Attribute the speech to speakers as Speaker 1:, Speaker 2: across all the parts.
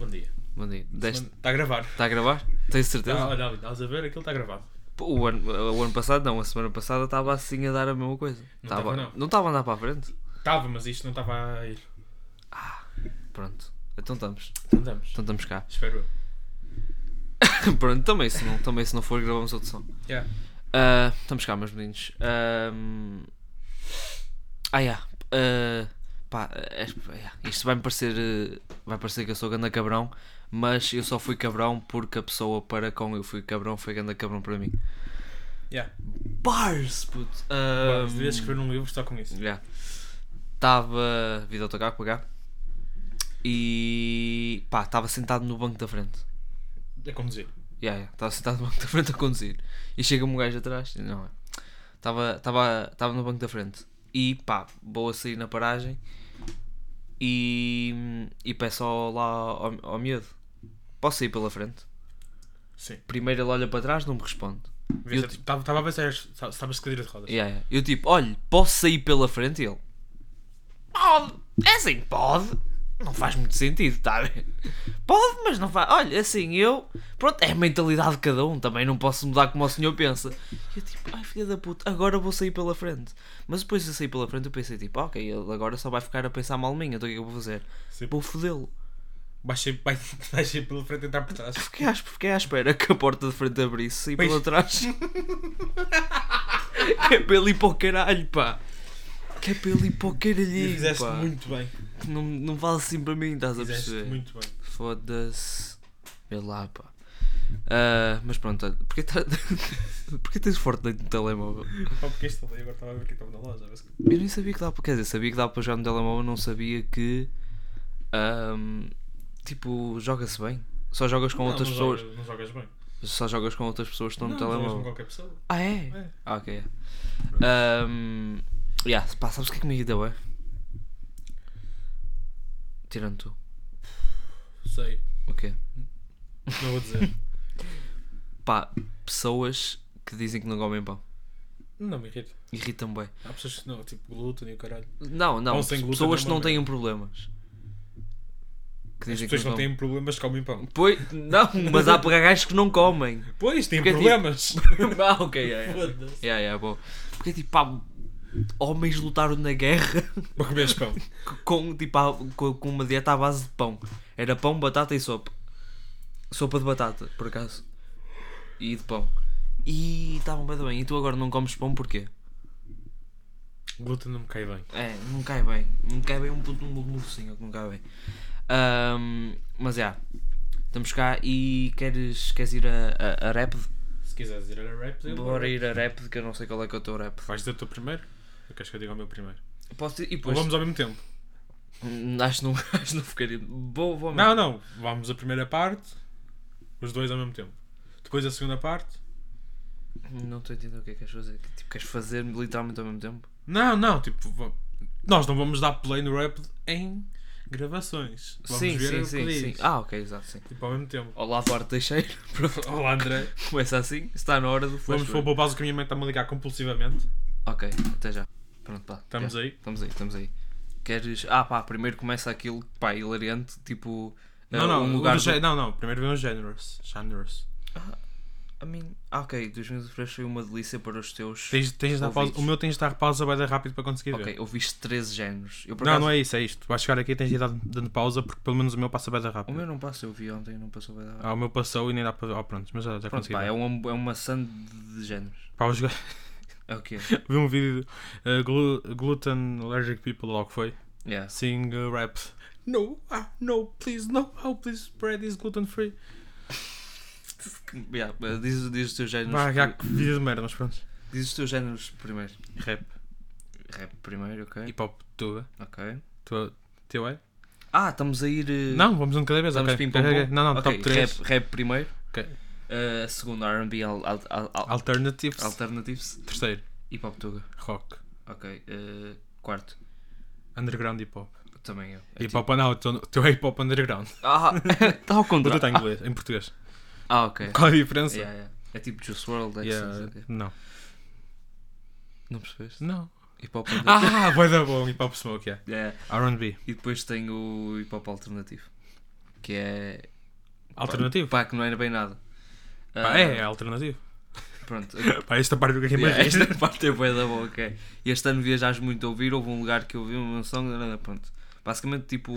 Speaker 1: Mandei. Deste... Então.
Speaker 2: Está a gravar.
Speaker 1: Está a gravar? Tens certeza?
Speaker 2: Tá, olha ali, estás a ver? Aquilo está gravado.
Speaker 1: Pô, O ano, o ano passado não, a semana passada estava assim a dar a mesma coisa.
Speaker 2: tava,
Speaker 1: Tava-
Speaker 2: não.
Speaker 1: não estava a andar para a frente?
Speaker 2: Estava, mas isto não estava a ir.
Speaker 1: Pronto. Então estamos.
Speaker 2: Então damos.
Speaker 1: Então estamos cá.
Speaker 2: Espero eu.
Speaker 1: Pronto, também se não, também se não for gravamos outro som.
Speaker 2: Yeah.
Speaker 1: Ah, estamos cá, meus meninos. Ahm, Ah, yeah. Ah, pá, é- yeah. isto vai-me parecer. eh, Vai parecer que eu sou ganda cabrão, mas eu só fui cabrão porque a pessoa para com eu fui cabrão foi ganda cabrão para mim.
Speaker 2: Yeah.
Speaker 1: Bars, puto!
Speaker 2: Bora,
Speaker 1: Ahm,
Speaker 2: Devias escrever num livro só com isso.
Speaker 1: Yeah. Estava. Vida autocarro para cá. E. pá, estava sentado no banco da frente.
Speaker 2: A conduzir.
Speaker 1: Yeah, yeah. Estava sentado no banco da frente a conduzir. E chega-me um gajo atrás. e Não, estava, estava, estava no banco da frente. E pá, vou a sair na paragem. E, e peço ao, lá ao, ao miúdo: Posso sair pela frente?
Speaker 2: Sim.
Speaker 1: Primeiro ele olha para trás, não me responde. Eu tipo-
Speaker 2: Estava a pensar, estavas de cadeira de rodas.
Speaker 1: Yeah, yeah. Eu tipo, olha, posso sair pela frente? E ele, pode, é assim, pode. Não faz muito sentido, está a ver? Pode, mas não faz. Olha, assim, eu. Pronto, é a mentalidade de cada um, também não posso mudar como o senhor pensa. E eu tipo, ai filha da puta, agora vou sair pela frente. Mas depois de eu sair pela frente, eu pensei tipo, ok, ele agora só vai ficar a pensar mal minha, então o que é que eu vou fazer?
Speaker 2: Sim.
Speaker 1: Vou fodê-lo.
Speaker 2: Vais sair- vai- vais sair pela frente e entrar por trás.
Speaker 1: Fiquei à, fiquei à espera que a porta de frente abrisse e
Speaker 2: Pois.
Speaker 1: pela trás. que é para ele ir para o caralho, pá. Que é para ele ir para o
Speaker 2: E
Speaker 1: caralhinho,
Speaker 2: fizeste
Speaker 1: pá.
Speaker 2: muito bem.
Speaker 1: Não, não vale assim para mim, estás a
Speaker 2: Fizeste
Speaker 1: perceber?
Speaker 2: muito bem.
Speaker 1: Foda-se. Vê lá, pá. Ah, mas pronto, olha, porquê, tá... porquê tens Fortnite no telemóvel?
Speaker 2: Só porque este ali agora estava a ver que estava na loja. mas-
Speaker 1: Eu nem sabia que dava para. Quer dizer, sabia que dava para jogar no telemóvel, não sabia que. ahm, tipo, joga-se bem. Só jogas com
Speaker 2: Não,
Speaker 1: outras
Speaker 2: não
Speaker 1: pessoas.
Speaker 2: jogas- Não jogas bem.
Speaker 1: Só jogas com outras pessoas que estão no
Speaker 2: Não, jogas com
Speaker 1: telemóvel.
Speaker 2: qualquer pessoa.
Speaker 1: Ah, é?
Speaker 2: É.
Speaker 1: Ah, ok. Um, yeah, pá, sabes o que é que me irritou, é? Tirando tu.
Speaker 2: Sei.
Speaker 1: O quê?
Speaker 2: Não vou dizer.
Speaker 1: Pá, pessoas que dizem que não comem pão.
Speaker 2: Não me irrita.
Speaker 1: Irritam-me bem.
Speaker 2: Há pessoas que não, tipo glúten e o caralho.
Speaker 1: Não, não.
Speaker 2: Pão sem glúten
Speaker 1: pessoas que
Speaker 2: não
Speaker 1: não
Speaker 2: é uma
Speaker 1: têm problemas. Que
Speaker 2: As
Speaker 1: dizem
Speaker 2: pessoas
Speaker 1: que
Speaker 2: não
Speaker 1: não, comem.
Speaker 2: têm problemas, comem pão.
Speaker 1: Pois, não, mas há para gajos que não comem.
Speaker 2: Pois, têm
Speaker 1: Porque é tipo-
Speaker 2: problemas.
Speaker 1: ah, ok, yeah, yeah.
Speaker 2: Foda-se.
Speaker 1: Yeah, yeah, bom. Porque tipo, pá, homens lutaram na guerra
Speaker 2: Para comeres pão.
Speaker 1: com, tipo, a- com, com uma dieta à base de pão. Era pão, batata e sopa. Sopa de batata, por acaso. E de pão. E estavam bem, bem. E tu agora não comes pão porquê?
Speaker 2: Glúten não me cai bem.
Speaker 1: É, não cai bem. Não cai bem um puto um mocinho que não cai bem. Ahm, mas é. estamos cá e queres, queres ir a, a, a rap?
Speaker 2: Se quiseres ir a rap, eu vou
Speaker 1: Bora
Speaker 2: rap.
Speaker 1: ir a rap, que eu não sei qual é que é o teu rap.
Speaker 2: Vais dizer o teu primeiro? Ou queres que eu diga o meu primeiro?
Speaker 1: Posso ir? E
Speaker 2: Ou
Speaker 1: depois,
Speaker 2: vamos ao mesmo tempo?
Speaker 1: Hum, acho, que não, acho que não ficaria. Vou, vou
Speaker 2: Não, não. Vamos a primeira parte, os dois ao mesmo tempo. Depois a segunda parte.
Speaker 1: Não estou a entender o que é que queres fazer. Tipo, queres fazer literalmente ao mesmo tempo?
Speaker 2: Não, não. Tipo, va- nós não vamos dar play no rap em gravações. Vamos
Speaker 1: sim,
Speaker 2: ver
Speaker 1: sim,
Speaker 2: o que
Speaker 1: sim, sim.
Speaker 2: diz.
Speaker 1: Ah, ok, exato, sim.
Speaker 2: Tipo, ao mesmo tempo.
Speaker 1: Olá, Duarte Teixeira. Pronto,
Speaker 2: Olá, André.
Speaker 1: Começa assim, está na hora do flash.
Speaker 2: Vamos para o Bobazo que a minha mãe está-me a ligar compulsivamente.
Speaker 1: Ok, até já. Pronto, pá.
Speaker 2: Estamos
Speaker 1: Já.
Speaker 2: aí.
Speaker 1: Estamos aí, estamos aí. Queres. Ah, pá, primeiro começa aquilo, pá, hilariante, tipo.
Speaker 2: Não,
Speaker 1: eh,
Speaker 2: não,
Speaker 1: um
Speaker 2: o
Speaker 1: lugar.
Speaker 2: do
Speaker 1: do-
Speaker 2: gé- não, não. Primeiro vem o Generous. Generous.
Speaker 1: I mean, ah, ok, 2003 foi uma delícia para os teus.
Speaker 2: Tens, tens de dar pausa-
Speaker 1: Ouvidos.
Speaker 2: o meu tens de dar pausa vai dar rápido para conseguir ver.
Speaker 1: Ok, ouviste 13 géneros. Eu, por
Speaker 2: Não,
Speaker 1: acaso,
Speaker 2: não é isso, é isto. Vais chegar aqui e tens de ir dando- dando pausa porque pelo menos o meu passa bem da
Speaker 1: O
Speaker 2: rápido.
Speaker 1: meu não passa, eu vi ontem, não passou bem.
Speaker 2: Ah, o meu passou e nem dá para. Oh, pronto, mas já, já
Speaker 1: Pronto,
Speaker 2: consegui.
Speaker 1: pá,
Speaker 2: ver.
Speaker 1: é, um, é uma sand de géneros.
Speaker 2: Pá, os gajos-
Speaker 1: É o quê?
Speaker 2: Vi um vídeo de eh, glu- Gluten Allergic People, logo foi.
Speaker 1: Yeah.
Speaker 2: Sing eh, rap. No, ah, no, please, no, oh, please, bread is gluten free.
Speaker 1: Yeah, diz, diz os teus géneros.
Speaker 2: Pá, já que vida de merda, mas pronto.
Speaker 1: Diz os teus géneros primeiro.
Speaker 2: Rap,
Speaker 1: Rap primeiro, ok.
Speaker 2: hip hop, tua.
Speaker 1: Ok.
Speaker 2: Tua, teu é?
Speaker 1: Ah, estamos a ir. eh,
Speaker 2: Não, vamos um de cada vez.
Speaker 1: estamos
Speaker 2: ok.
Speaker 1: ping pong.
Speaker 2: Ok, ok. Não, não,
Speaker 1: Ok,
Speaker 2: top 3.
Speaker 1: Rap, rap primeiro.
Speaker 2: Ok.
Speaker 1: Eh, segundo, RB al, al, al- al-
Speaker 2: Alternatives.
Speaker 1: Alternatives.
Speaker 2: Terceiro,
Speaker 1: Hip Hop Tuga.
Speaker 2: rock.
Speaker 1: Ok. eh, quarto,
Speaker 2: Underground hip hop.
Speaker 1: também eu. É
Speaker 2: Hip hop, não, o teu- o teu é hip hop underground.
Speaker 1: tipo- Ah, está ao
Speaker 2: O teu
Speaker 1: contrário.
Speaker 2: está em inglês, em português.
Speaker 1: Ah, ok.
Speaker 2: Qual a diferença?
Speaker 1: Yeah, yeah. É tipo Juice World,
Speaker 2: Yeah, Não.
Speaker 1: Não percebeste?
Speaker 2: Não.
Speaker 1: Hip Hop
Speaker 2: Ah, vai dar bom, hip hop Ah. smoke, yeah.
Speaker 1: Yeah.
Speaker 2: RB.
Speaker 1: E depois tem o Hip Hop Alternativo. Que é
Speaker 2: Alternativo.
Speaker 1: Pá, que não era bem nada.
Speaker 2: Pá,
Speaker 1: Ah,
Speaker 2: é, é alternativo.
Speaker 1: Pronto.
Speaker 2: Pá, esta parte do que é mais
Speaker 1: Yeah,
Speaker 2: yeah,
Speaker 1: esta parte é bué da boa, ok. Este ano viajaste muito a ouvir, houve um lugar que eu ouvi uma menção, nada, pronto. Basicamente, tipo.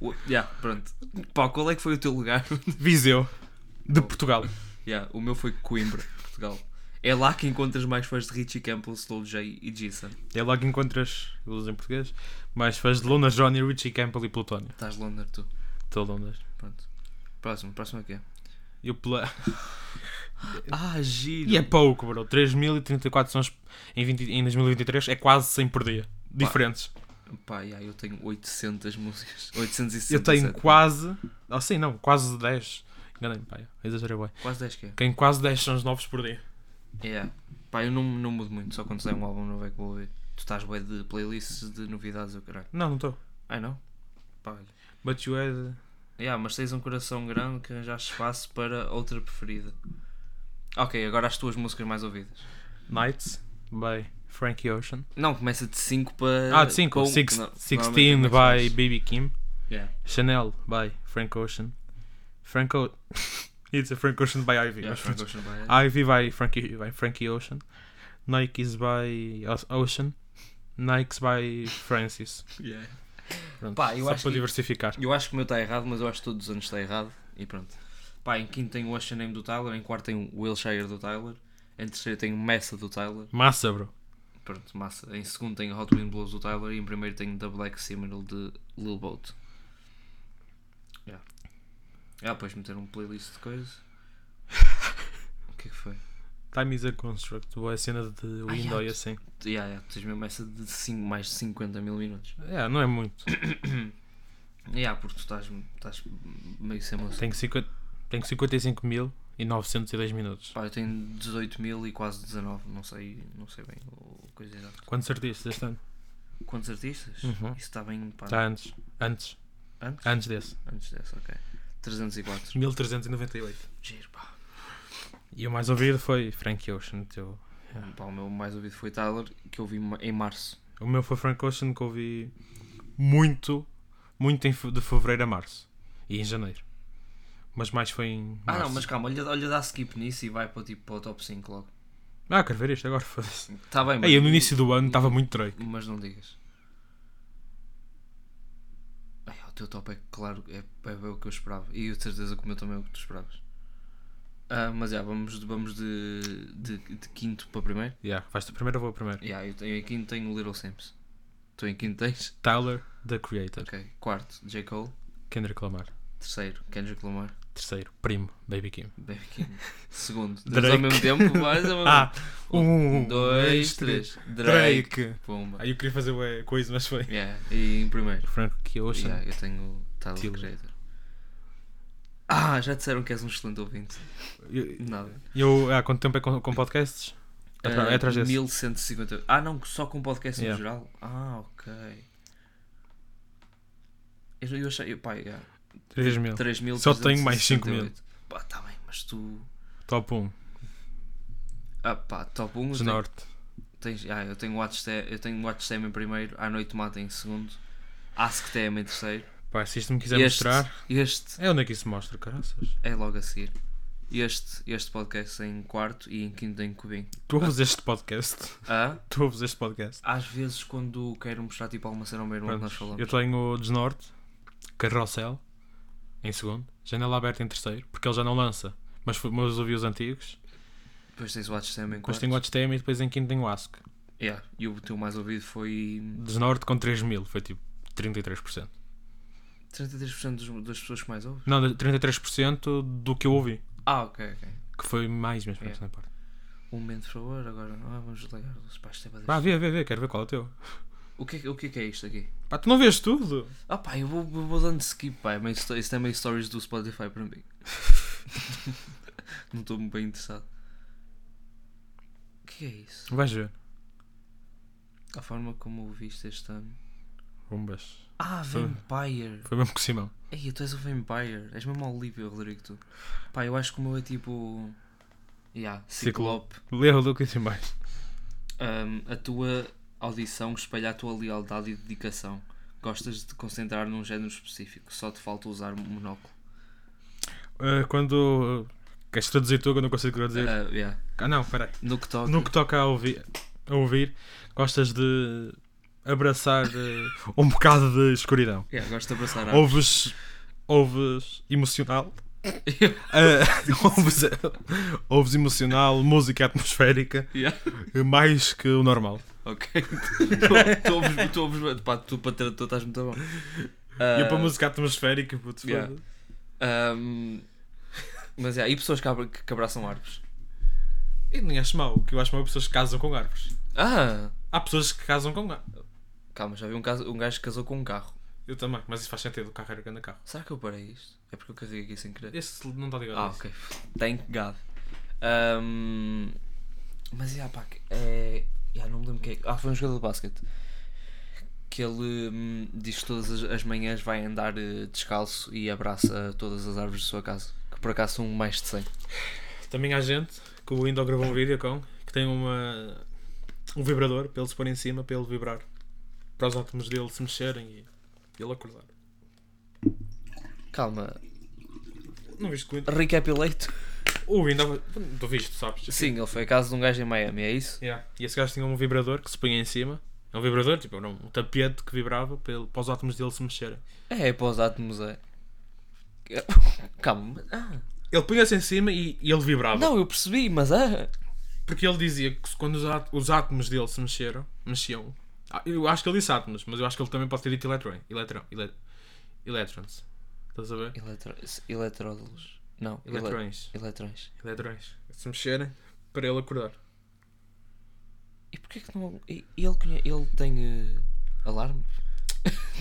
Speaker 1: O, yeah, pronto. Pá, qual é que foi o teu lugar?
Speaker 2: Viseu, de Portugal.
Speaker 1: Yeah, o meu foi Coimbra, Portugal. É lá que encontras mais fãs de Richie Campbell, Slow J e Jason.
Speaker 2: É lá que encontras, vou dizer em português, mais fãs de Lona Johnny, Richie Campbell e Plutónio.
Speaker 1: Estás Londres, tu.
Speaker 2: Estou Londres.
Speaker 1: Pronto. Próximo, próximo é aqui.
Speaker 2: E o pla...
Speaker 1: Ah, giro.
Speaker 2: E é pouco, bro. 3.034 sons em, 20 em 2023 é quase 100 por dia. Diferentes.
Speaker 1: Pá, yeah, eu tenho 800 músicas. 867.
Speaker 2: Eu tenho quase. Oh, sim, não, quase 10. Enganei-me, pá. é, Exagerei, bem.
Speaker 1: Quase 10 que é.
Speaker 2: Tenho quase 10 sons novos por dia.
Speaker 1: Yeah. Pá, eu não, não mudo muito, só quando sai um álbum novo é que vou ouvir. Tu estás bué de playlists de novidades, o caralho.
Speaker 2: Não, não estou.
Speaker 1: Ai não? Pá, olha.
Speaker 2: But you had.
Speaker 1: Yeah, mas tens um coração grande que arranjaste espaço para outra preferida. Ok, agora as tuas músicas mais ouvidas.
Speaker 2: Nights by Frankie Ocean.
Speaker 1: Não, começa de 5 para.
Speaker 2: Ah, de 5.
Speaker 1: Eh, com-
Speaker 2: Six,
Speaker 1: não,
Speaker 2: 16
Speaker 1: normalmente começa
Speaker 2: by
Speaker 1: mais.
Speaker 2: BB Kim.
Speaker 1: Yeah.
Speaker 2: Chanel by Frank Ocean. Franco. It's a Frank Ocean by Ivy.
Speaker 1: Yeah,
Speaker 2: Acho
Speaker 1: Frank
Speaker 2: que-
Speaker 1: Ocean vai-
Speaker 2: Ivy by Frankie by Frankie Ocean, Nike's by Os- Ocean, Nikes by Francis.
Speaker 1: Yeah.
Speaker 2: Pronto,
Speaker 1: Pá, eu
Speaker 2: só
Speaker 1: acho
Speaker 2: para
Speaker 1: que-
Speaker 2: diversificar.
Speaker 1: Eu acho que o meu está errado, mas eu acho que todos os anos está errado. E pronto. Pá, em quinto tem o Ocean Name do Tyler, em quarto tem o Wilshire do Tyler, em terceiro tem o Messa do Tyler,
Speaker 2: Massa, bro.
Speaker 1: pronto, massa. Em segundo tem o Hot Wind Blues do Tyler e em primeiro tem The Black Seminole de Lil Boat. Yeah. Ah, depois meter um playlist de coisas. o que é que foi?
Speaker 2: Time is a construct, boa cena de window
Speaker 1: yeah.
Speaker 2: e assim.
Speaker 1: Yeah, yeah, tens mesmo essa de cinco- mais de 50 mil minutos.
Speaker 2: É, não é muito.
Speaker 1: Yeah, porque tu estás, estás meio sem música.
Speaker 2: Tenho, 50, tenho 55.902 minutos.
Speaker 1: Pá, eu tenho 18 mil e quase 19, não sei, não sei bem o o coisa exata.
Speaker 2: Quantos artistas este ano?
Speaker 1: Quantos artistas?
Speaker 2: Uhum. tá.
Speaker 1: Isso está bem, pá,
Speaker 2: Já antes. Antes.
Speaker 1: antes?
Speaker 2: Antes desse.
Speaker 1: Antes dessa, ok. 304.
Speaker 2: 1398.
Speaker 1: Giro, pá.
Speaker 2: E o mais ouvido foi Frank Ocean. Teu. Yeah.
Speaker 1: É. Pá, O meu mais ouvido foi Tyler, que eu vi ma- em março.
Speaker 2: O meu foi Frank Ocean que ouvi muito, muito em fe- de fevereiro a março. E em janeiro. Mas mais foi em
Speaker 1: Ah
Speaker 2: março.
Speaker 1: não, mas calma, olha, olha dá skip nisso e vai para, tipo, para o top 5 logo.
Speaker 2: Ah, quero ver isto agora, foda-se.
Speaker 1: Está bem, mas,
Speaker 2: Ei, eu no início do ano estava muito Drake.
Speaker 1: mas não digas. Ai, o teu top é claro, é, é, bem o que eu esperava. E eu de certeza que o meu também é o que tu esperavas. Ah, mas já, vamos, de- vamos de, de, de quinto para primeiro.
Speaker 2: Yeah, vais tu primeiro, eu vou primeiro.
Speaker 1: Yeah, eu tenho, em quinto tenho o Little Sims. Tu em quinto tens?
Speaker 2: Tyler, The Creator.
Speaker 1: Ok. Quarto, J. Cole.
Speaker 2: Kendrick Lamar.
Speaker 1: Terceiro, Kendrick Lamar.
Speaker 2: Terceiro, Primo, Baby Kim.
Speaker 1: Baby King. Segundo,
Speaker 2: Drake.
Speaker 1: Drake. ao mesmo tempo, mais ao mesmo
Speaker 2: Ah,
Speaker 1: Um,
Speaker 2: um,
Speaker 1: dois,
Speaker 2: dois,
Speaker 1: três. Drake.
Speaker 2: Drake!
Speaker 1: Pumba.
Speaker 2: Aí eu queria fazer ué, coisa, mas foi.
Speaker 1: Yeah. E em primeiro,
Speaker 2: Frank Ocean.
Speaker 1: yeah, eu tenho o Tyler, the
Speaker 2: Tyler.
Speaker 1: Creator. Ah, já disseram que és um excelente ouvinte.
Speaker 2: Eu,
Speaker 1: Nada.
Speaker 2: eu- há quanto tempo é com, com podcasts? É, atrás- é
Speaker 1: Ah,
Speaker 2: atrás desse.
Speaker 1: 1150. Ah, não, só com podcast no
Speaker 2: Yeah.
Speaker 1: geral? Ah, ok. Eu, eu achei. Pá, yeah.
Speaker 2: 3 mil.
Speaker 1: 3.000.
Speaker 2: Só tenho mais 5.000.
Speaker 1: Pá, tá bem, mas tu.
Speaker 2: Top 1.
Speaker 1: Ah, pá, top 1.
Speaker 2: Norte.
Speaker 1: Tens, ah, eu tenho Watch Tem, eu tenho Watch Tem em primeiro, À Noite Mata em segundo, Ask Tem em terceiro.
Speaker 2: Pá, se isto me quiser
Speaker 1: este,
Speaker 2: mostrar.
Speaker 1: este
Speaker 2: É onde é que isso mostra, caraças?
Speaker 1: é logo a seguir. Este, este podcast é em quarto e em quinto tem Cubim.
Speaker 2: Tu ouves este podcast?
Speaker 1: Ah,
Speaker 2: Tu ouves este podcast?
Speaker 1: às vezes quando quero mostrar tipo alguma cena ao meu irmão que nós
Speaker 2: Prontos,
Speaker 1: falamos.
Speaker 2: eu tenho o Desnorte, Carrossel, em segundo, Janela Aberta em terceiro, porque ele já não lança, mas, foi- mas ouvi os antigos.
Speaker 1: Depois tens o Watch Tem em
Speaker 2: Depois
Speaker 1: quarto.
Speaker 2: tenho o HTM e depois em quinto tenho o Ask.
Speaker 1: Yeah, e o teu mais ouvido foi
Speaker 2: Desnorte com 3 mil, foi tipo 33%.
Speaker 1: 33% dos, das pessoas que mais ouvem.
Speaker 2: Não, de- 33% do que eu ouvi,
Speaker 1: Ah, ok, ok.
Speaker 2: que foi mais mesmo,
Speaker 1: Yeah.
Speaker 2: na parte.
Speaker 1: Um momento, por favor, agora ah, vamos ligar os pais de
Speaker 2: Vá, vê, vê, vê, quero ver qual é o teu.
Speaker 1: o que, é que- o que é que é isto aqui?
Speaker 2: Pá, tu não vês tudo?
Speaker 1: Ah pá, eu vou, eu vou dando skip, pá. Meio sto- Isso é meio stories do Spotify para mim. Não estou bem interessado. O que é isso?
Speaker 2: Vais ver.
Speaker 1: A forma como o viste este ano.
Speaker 2: Bombas.
Speaker 1: Ah, Vampire!
Speaker 2: Foi mesmo com o Simão.
Speaker 1: Ei, tu és o Vampire. És mesmo a Olivia, Rodrigo, tu. Pá, eu acho que o meu é tipo... Yeah, Ciclope.
Speaker 2: Ciclope. Lê o Lucas e mais.
Speaker 1: Ahm, a tua audição espelha a tua lealdade e dedicação. Gostas de te concentrar num género específico. Só te falta usar um monóculo.
Speaker 2: eh, quando. Queres traduzir tu que eu não consigo traduzir?
Speaker 1: Ah, yeah.
Speaker 2: Ah, não, peraí.
Speaker 1: No que toca.
Speaker 2: No que toca a ouvir, a ouvir gostas de abraçar eh, um bocado de escuridão.
Speaker 1: Yeah, gosto de abraçar árvores.
Speaker 2: Ouves. Ouves emocional. Eh, ouves, ouves emocional, música atmosférica,
Speaker 1: Yeah.
Speaker 2: eh, mais que o normal.
Speaker 1: Ok. Tu- tu ouves- tu ouves- pá, tu para tradutor estás muito bom.
Speaker 2: E eu para
Speaker 1: Ah,
Speaker 2: música atmosférica, puto,
Speaker 1: yeah.
Speaker 2: foda-se.
Speaker 1: Ahm, um, mas é, e pessoas que, abra, que abraçam árvores?
Speaker 2: E nem acho mau. O que eu acho mau é pessoas que casam com árvores.
Speaker 1: Ah!
Speaker 2: Há pessoas que casam com árvores.
Speaker 1: Calma, já vi um, caso, um gajo que casou com um carro.
Speaker 2: Eu também, mas isso faz sentido. O carro era grande carro.
Speaker 1: Será que eu parei isto? É porque eu carreguei aqui sem querer.
Speaker 2: Esse não está ligado.
Speaker 1: Ah,
Speaker 2: a isso.
Speaker 1: ok. Thank God. Ahm, mas yeah, pá, que- é. Yeah, não me lembro quem é. que- Ah, foi um jogador de basquete. Que ele hum, diz que todas as, as manhãs vai andar eh, descalço e abraça todas as árvores da sua casa. Que por acaso são mais de 100.
Speaker 2: Também há gente que o Windows gravou um vídeo com que tem uma, um vibrador para ele se pôr em cima, para ele vibrar. Para os átomos dele se mexerem e ele acordar.
Speaker 1: Calma.
Speaker 2: Não viste que o Windows.
Speaker 1: Recapitulate.
Speaker 2: O Windows. Tu viste, sabes?
Speaker 1: Sim, ele foi a casa de um gajo em Miami, é isso?
Speaker 2: Yeah. E esse gajo tinha um vibrador que se punha em cima. É um vibrador, tipo, era um tapete que vibrava para, ele- para os átomos dele se mexerem.
Speaker 1: É, para os átomos é. Calma. mas- Ah,
Speaker 2: Ele punha-se em cima e, e ele vibrava.
Speaker 1: não, eu percebi, mas ah.
Speaker 2: Porque ele dizia que se- quando os, á- os átomos dele se mexeram, mexiam. Ah, Eu acho que ele disse átomos, mas eu acho que ele também pode ter dito eletrão. Eletrão. ele- Elétrons. Estás a ver?
Speaker 1: Eletro... Eletródulos. Não, ele- é-
Speaker 2: Eletrões.
Speaker 1: eletrões.
Speaker 2: Eletrões. Se mexerem para ele acordar.
Speaker 1: E porquê que não. e- e Ele, conhe- ele tem eh, alarme?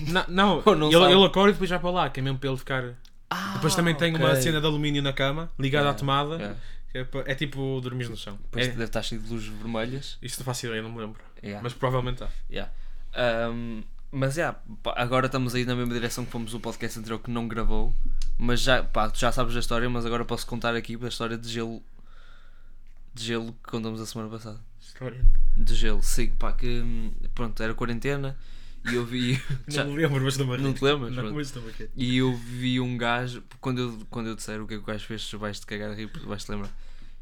Speaker 2: Não, não,
Speaker 1: Ou não sabe.
Speaker 2: ele, ele acorda e depois vai para lá, que é mesmo para ele ficar.
Speaker 1: Ah,
Speaker 2: Depois também tem uma
Speaker 1: ok. É,
Speaker 2: cena de alumínio na cama, ligada
Speaker 1: Yeah,
Speaker 2: à tomada.
Speaker 1: yeah.
Speaker 2: que É, pa- é tipo dormir no chão.
Speaker 1: Depois
Speaker 2: É,
Speaker 1: deve estar cheio de luzes vermelhas.
Speaker 2: isto não faço ideia, não me lembro.
Speaker 1: Yeah,
Speaker 2: Mas provavelmente tá. há.
Speaker 1: yeah. Ahm, mas é, agora estamos aí na mesma direção que fomos o podcast anterior que não gravou. Mas já, pá, tu já sabes da história, mas agora posso contar aqui a história de gelo. De gelo que contamos a semana passada.
Speaker 2: História.
Speaker 1: De gelo, sim, pá, que hum, pronto, era quarentena e eu vi. já-
Speaker 2: Não me lembro, mas também.
Speaker 1: não te lembras?
Speaker 2: Não,
Speaker 1: Pronto.
Speaker 2: mas também. que-
Speaker 1: E eu vi um gajo, quando eu, quando eu disser o que é que o gajo fez, tu vais-te cagar a rir, porque vais-te lembrar.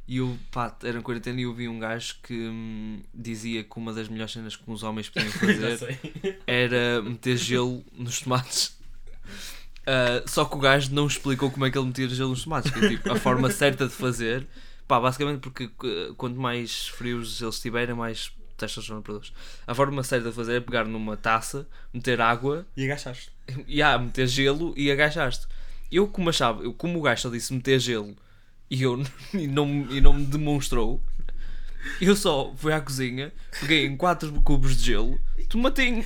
Speaker 1: E eu, pá, era em quarentena e eu vi um gajo que hum, dizia que uma das melhores cenas que os homens podiam
Speaker 2: Já
Speaker 1: fazer
Speaker 2: sei.
Speaker 1: era meter gelo nos tomates. Ah, só que o gajo não explicou como é que ele metia gelo nos tomates, que é tipo a forma certa de fazer. Pá, basicamente porque eh, quanto mais frios eles estiverem, mais testosterona produz. A forma certa de fazer é pegar numa taça, meter água
Speaker 2: E agachaste.
Speaker 1: e há meter gelo e agachaste. Eu como achava, eu, como o gajo só disse meter gelo e, eu, e, não, e não me demonstrou, eu só fui à cozinha, peguei em 4 cubos de gelo, tomatinho.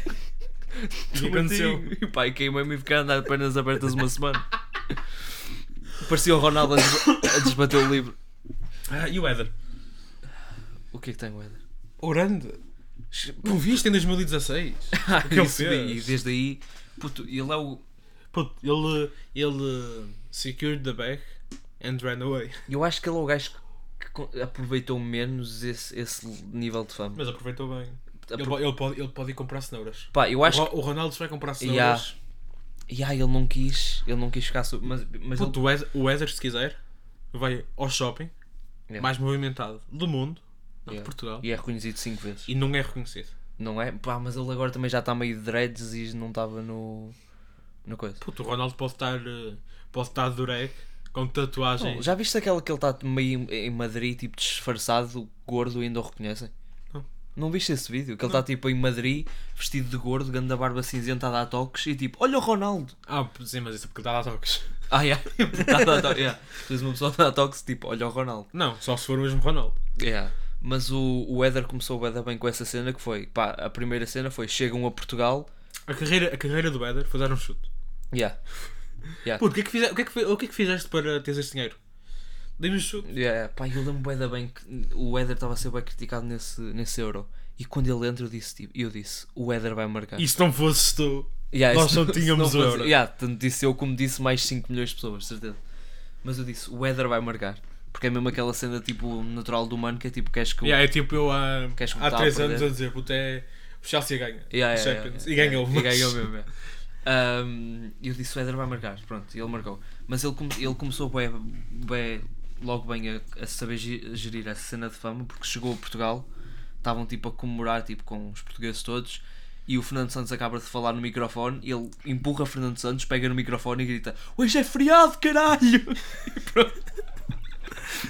Speaker 2: E o que aconteceu?
Speaker 1: E pá, e queimei-me e fiquei a andar de pernas abertas uma semana. Parecia o Ronaldo a, desba- a desbater o livro.
Speaker 2: Ah, e o Éder?
Speaker 1: O que é que tem, Weather?
Speaker 2: Orando. Não viste em 2016? O que ele fez?
Speaker 1: E é desde aí, puto, ele é o.
Speaker 2: Puto, ele, ele secured the bag and ran away.
Speaker 1: Eu acho que ele é o gajo que co- aproveitou menos esse, esse nível de fama.
Speaker 2: Mas aproveitou bem. Ele,
Speaker 1: Apro-
Speaker 2: po- ele pode, ele pode ir comprar cenouras.
Speaker 1: Pá, eu acho
Speaker 2: O Ro- O Ronaldo só vai comprar
Speaker 1: Yeah.
Speaker 2: cenouras.
Speaker 1: que. Ya, ah, ele não quis. Ele não quis ficar. Sobre, mas mas ele-
Speaker 2: Puto, o Ed- o Éder, se quiser, vai ao shopping
Speaker 1: Yeah.
Speaker 2: mais movimentado do mundo, não
Speaker 1: Yeah.
Speaker 2: de Portugal,
Speaker 1: E é reconhecido 5 vezes.
Speaker 2: e não é reconhecido.
Speaker 1: Não é? Pá, mas ele agora também já está meio de dreads e não estava no. no coisa.
Speaker 2: Puto, o Ronaldo pode estar, eh, pode estar de dureg, com tatuagem.
Speaker 1: Não, já viste aquela que ele está meio em- em Madrid, tipo disfarçado, gordo e ainda o reconhecem?
Speaker 2: Não.
Speaker 1: Não viste esse vídeo? Que ele está tipo em Madrid, vestido de gordo, ganda barba cinzenta a dar toques e tipo, olha o Ronaldo!
Speaker 2: Ah, sim, mas isso é porque dá a toques.
Speaker 1: Ah, yeah. Tá a dar to- yeah. Tu és uma pessoa que dá toques tipo, olha o Ronaldo.
Speaker 2: Não, só se for o mesmo Ronaldo.
Speaker 1: Yeah. Mas o, o Éder começou o Éder bem com essa cena que foi, pá, a primeira cena foi chegam a Portugal,
Speaker 2: A carreira, a carreira do Éder foi dar um chute.
Speaker 1: yeah.
Speaker 2: Puto, o que, é que fize- o, que é que, fi- o que é que fizeste para teres este dinheiro? Dei-me um chute.
Speaker 1: Yeah, pá, eu lembro bué da bem que o Éder estava a ser bem criticado nesse, nesse Euro. E quando ele entra, eu disse, tipo, eu disse o Éder vai marcar.
Speaker 2: E se não fosses tu?
Speaker 1: Yeah,
Speaker 2: nós
Speaker 1: isso-
Speaker 2: não
Speaker 1: isso
Speaker 2: tínhamos o
Speaker 1: fosse-
Speaker 2: Euro.
Speaker 1: Yeah, tanto disse eu como disse mais 5 milhões de pessoas, certeza. Mas eu disse, o Éder vai marcar. Porque é mesmo aquela cena tipo natural do humano que é tipo, queres que o-
Speaker 2: Yeah, é tipo eu há,
Speaker 1: Queres que me
Speaker 2: há
Speaker 1: tá a
Speaker 2: 3
Speaker 1: perder?
Speaker 2: anos a dizer, puto, é. O Chelsea ganha.
Speaker 1: Yeah, yeah,
Speaker 2: Champions.
Speaker 1: yeah,
Speaker 2: e
Speaker 1: yeah,
Speaker 2: ganhou.
Speaker 1: E ganhou mesmo. yeah. Ahm, eu disse o Éder vai marcar, pronto, e ele marcou. Mas ele, come- ele começou bué, bué- logo bem a, a saber ge- gerir a cena de fama, porque chegou a Portugal, estavam tipo a comemorar tipo, com os portugueses todos, e o Fernando Santos acaba de falar no microfone, e ele empurra Fernando Santos, pega no microfone e grita Hoje é feriado, caralho! E pronto.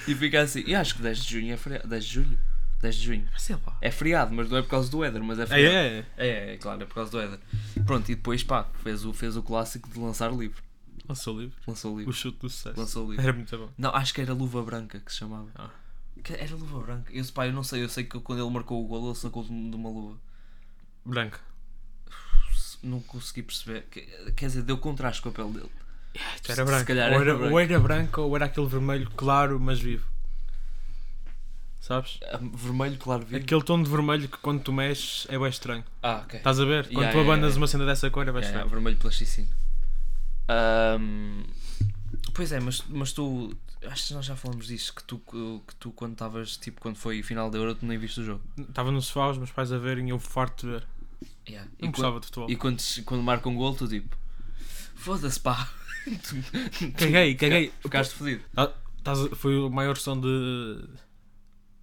Speaker 1: E fica assim, e acho que 10 de junho é feriado, 10 de julho? 10 de junho.
Speaker 2: Sei lá.
Speaker 1: É feriado, mas não é por causa do Éder, mas é
Speaker 2: É,
Speaker 1: feriado.
Speaker 2: é, é.
Speaker 1: É, é, claro, é por causa do Éder. Pronto, e depois, pá, fez o, fez o clássico de lançar livro.
Speaker 2: Lançou livre.
Speaker 1: Lançou
Speaker 2: O
Speaker 1: livro.
Speaker 2: chute do sucesso.
Speaker 1: Lançou livre.
Speaker 2: Era muito bom.
Speaker 1: Não, acho que era Luva Branca que se chamava.
Speaker 2: Ah.
Speaker 1: Que era Luva Branca. Eu, pá, eu não sei, eu sei que quando ele marcou o gol, ele sacou de de uma luva.
Speaker 2: Branco.
Speaker 1: Não consegui perceber. Que- Quer dizer, deu contraste com a pele dele.
Speaker 2: Era branco.
Speaker 1: calhar
Speaker 2: ou,
Speaker 1: era
Speaker 2: era,
Speaker 1: branco.
Speaker 2: ou era branco ou era aquele vermelho claro, mas vivo. Sabes?
Speaker 1: Ah, Vermelho, claro, vivo.
Speaker 2: Aquele tá tom de vermelho que quando tu mexes é bem estranho.
Speaker 1: Ah, ok.
Speaker 2: Estás a ver? Quando
Speaker 1: Yeah,
Speaker 2: tu
Speaker 1: yeah,
Speaker 2: abandas
Speaker 1: yeah.
Speaker 2: uma cena dessa cor é bem
Speaker 1: É,
Speaker 2: estranho.
Speaker 1: vermelho plasticino. Ahm, pois é, mas, mas tu. Acho que nós já falamos disso. Que tu, que tu quando estavas, tipo, quando foi final da Euro, tu nem viste o jogo.
Speaker 2: Estava no sofá, os meus pais a verem e eu farto de ver.
Speaker 1: Yeah.
Speaker 2: Não
Speaker 1: E quando-
Speaker 2: gostava de futebol.
Speaker 1: E quando, quando marca um gol, tu tipo, foda-se pá,
Speaker 2: Caguei, caguei.
Speaker 1: ficaste fodido.
Speaker 2: Ah, estás a- foi o maior som de.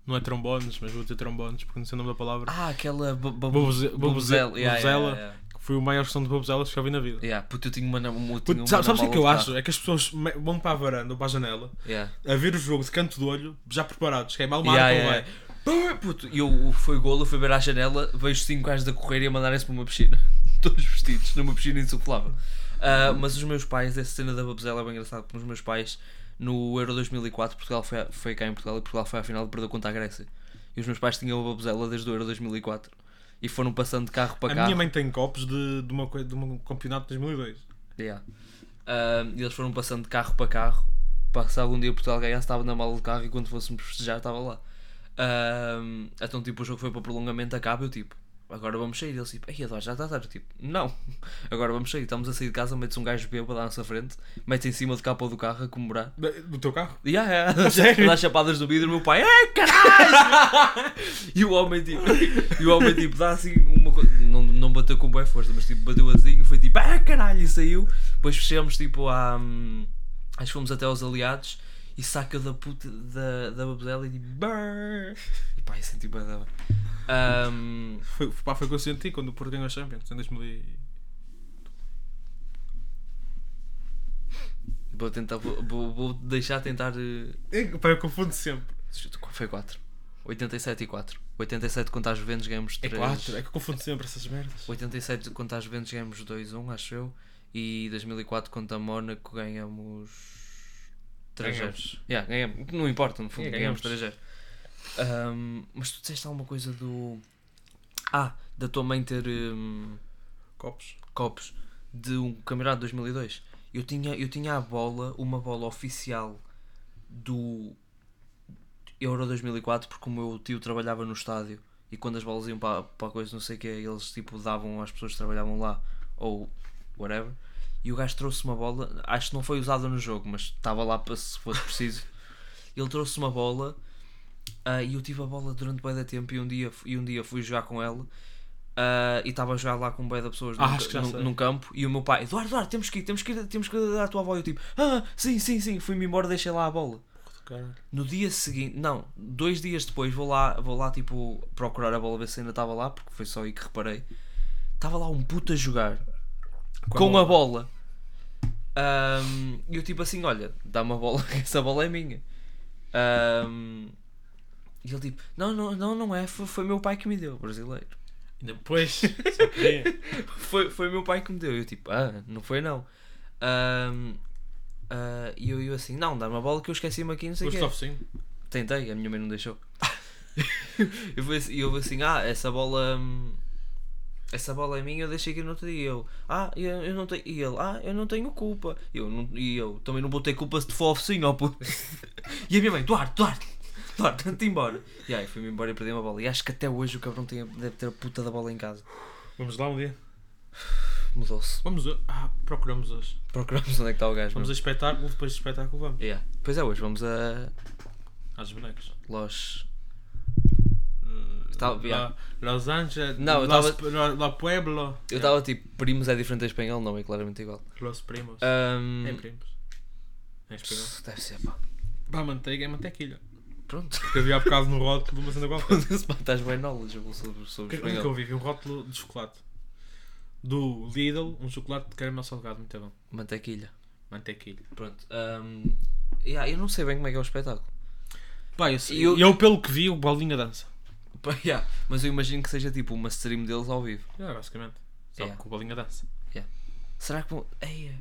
Speaker 2: Não é trombones, mas vou dizer trombones porque não sei o nome da palavra.
Speaker 1: Ah, aquela bu- bu-
Speaker 2: Babuze-
Speaker 1: babuzela.
Speaker 2: babuze-
Speaker 1: Yeah,
Speaker 2: babuzela.
Speaker 1: yeah, yeah.
Speaker 2: Foi o maior som de babuzelas que eu vi na vida.
Speaker 1: Yeah, puto, eu tinha uma na eu tinha
Speaker 2: Puto,
Speaker 1: uma
Speaker 2: sabe- sabes o
Speaker 1: na
Speaker 2: que é que eu
Speaker 1: bola
Speaker 2: acho? É que as pessoas me- vão para a varanda ou para a janela
Speaker 1: de carro. Yeah.
Speaker 2: a ver o jogo de canto de olho, já preparados, que é mal
Speaker 1: Yeah,
Speaker 2: marca ou
Speaker 1: yeah.
Speaker 2: vai.
Speaker 1: Pum, Puto, e eu fui golo, fui ver à janela, vejo cinco gajos a correr e a mandarem-se para uma piscina. Todos vestidos, numa piscina insuflável. Ah, mas os meus pais, essa cena da babuzela é bem engraçada, porque os meus pais, no Euro 2004, Portugal foi, a- foi cá em Portugal e Portugal foi à final e perdeu contra a Grécia. E os meus pais tinham a babuzela desde o Euro 2004. E foram passando de carro para
Speaker 2: A
Speaker 1: carro.
Speaker 2: minha mãe tem copos de, de, uma, coi- de um campeonato de 2002.
Speaker 1: Yeah. Ah, e eles foram passando de carro para carro. Para que se algum dia Portugal ganhasse, estava na mala do carro e quando fôssemos festejar, estava lá. Ah, então, tipo, o jogo foi para prolongamento, acaba. Eu, tipo, agora vamos sair. Eles, tipo, aí Eduardo, já está tarde. Tipo, não, agora vamos sair. Estamos a sair de casa, mete-se um gajo bêbado à nossa frente, mete em cima do capô do carro a comemorar.
Speaker 2: Da- Do teu carro?
Speaker 1: E yeah, yeah.
Speaker 2: sério?
Speaker 1: dá chapadas no vidro, meu pai, é caralho! e o homem tipo, e o homem tipo, dá assim uma coisa, não, não bateu com boa força, mas tipo, bateu assim e foi tipo, ah caralho! E saiu. Depois fechamos tipo a. acho que fomos até aos aliados e saca da puta da, da babudela e tipo, brrr. E pá, eu senti bué é da bem. Ahm,
Speaker 2: Foi, pá, foi o que eu senti quando o Porto ganhou a Champions em 2000. e-
Speaker 1: vou tentar, vou, vou- vou deixar tentar. eh,
Speaker 2: É, Pá, eu confundo sempre.
Speaker 1: Foi 4. 87 e 4. 87 contra as Juventus ganhamos 3.
Speaker 2: quatro, é que eu confundo sempre essas merdas.
Speaker 1: 87 contra as Juventus ganhamos 2-1, acho eu. E 2004 contra a Mónaco ganhamos 3-0.
Speaker 2: Ganhamos.
Speaker 1: Yeah, ganhamos. Não importa, no fundo,
Speaker 2: Yeah,
Speaker 1: ganhamos
Speaker 2: ganhamos.
Speaker 1: 3-0. Ahm, mas tu disseste alguma coisa do. Ah, da tua mãe ter hum,
Speaker 2: Copos.
Speaker 1: copos de um campeonato de 2002. Eu tinha, eu tinha a bola, uma bola oficial do Euro 2004, porque o meu tio trabalhava no estádio e quando as bolas iam para, para a coisa, não sei o que, eles tipo davam às pessoas que trabalhavam lá ou whatever. E o gajo trouxe uma bola, acho que não foi usada no jogo, mas estava lá para se fosse preciso. Ele trouxe uma bola ah, e eu tive a bola durante bem da tempo e um dia, e um dia fui jogar com ela. ah, e estava a jogar lá com um bué de pessoas num,
Speaker 2: Ah, acho que já
Speaker 1: num-
Speaker 2: sei.
Speaker 1: num campo e o meu pai, Eduardo, Eduardo, temos que ir, temos que ir, temos que ir dar a tua avó. E eu tipo, ah, sim, sim, sim, fui-me embora, deixei lá a bola.
Speaker 2: Caralho.
Speaker 1: No dia seguinte, não, dois dias depois vou lá, vou lá tipo procurar a bola ver se ainda estava lá, porque foi só aí que reparei. Estava lá um puto a jogar com, a bola. Ahm, E eu tipo assim, olha, dá-me a bola, que essa bola é minha. Ahm, e ele tipo, não, não, não, não é, foi, foi meu pai que me deu, brasileiro.
Speaker 2: Depois, só queria.
Speaker 1: Foi, foi meu pai que me deu. Eu tipo, ah, não foi não. Ahm, ah, E eu, eu assim, não, dá-me a bola que eu esqueci-me aqui, não sei o quê.
Speaker 2: Gustavo sim.
Speaker 1: Tentei, a minha mãe não deixou. eu fui assim, eu fui assim, ah, essa bola. hum, Essa bola é minha, eu deixei aqui no outro dia. E eu, ah, eu, eu não tenho. E ele, ah, eu não tenho culpa. E eu, não, e eu também não vou ter culpa se te for oficinho, ó puto. e a minha mãe, Duarte, Duarte, Duarte, anda-te embora. E aí fui-me embora e perdi uma bola. E acho que até hoje o cabrão tem, a- deve ter a puta da bola em casa.
Speaker 2: Vamos lá um dia.
Speaker 1: Mudou-se.
Speaker 2: Vamos hoje. Ah, procuramos hoje.
Speaker 1: Procuramos onde é que está o gajo.
Speaker 2: Vamos
Speaker 1: meu.
Speaker 2: a espetáculo, depois de espetáculo vamos.
Speaker 1: Yeah. Pois é, hoje vamos a
Speaker 2: Às bonecas.
Speaker 1: Los Tava- yeah.
Speaker 2: La- Los Angeles.
Speaker 1: Não, eu
Speaker 2: Los,
Speaker 1: tava-
Speaker 2: La- La Pueblo.
Speaker 1: Eu estava tipo, primos é diferente em espanhol? Não, é claramente igual. Um,
Speaker 2: Los Primos.
Speaker 1: Ah, Ahm,
Speaker 2: É primos. É espanhol.
Speaker 1: pss, deve ser, pá.
Speaker 2: Pá, manteiga é mantequilha.
Speaker 1: Pronto.
Speaker 2: Que havia há bocado no rótulo de uma cena qualquer.
Speaker 1: Foda-se, pá, Estás bem knowledgeable sobre,
Speaker 2: O
Speaker 1: sobre
Speaker 2: que é que nunca
Speaker 1: espanhol.
Speaker 2: ouvi? Vi um rótulo de chocolate. Do Lidl, um chocolate de caramelo salgado, muito bom.
Speaker 1: Mantequilha.
Speaker 2: Mantequilha.
Speaker 1: Pronto. ahm, yeah, eu não sei bem como é que é o espetáculo.
Speaker 2: Pá, eu,
Speaker 1: E
Speaker 2: sei.
Speaker 1: eu-
Speaker 2: eu... pelo que vi, o Bolinha dança.
Speaker 1: Pá, yeah, Mas eu imagino que seja tipo uma stream deles ao vivo.
Speaker 2: É, basicamente. Só
Speaker 1: Yeah.
Speaker 2: que o Bolinha dança.
Speaker 1: Será que vão. Eia.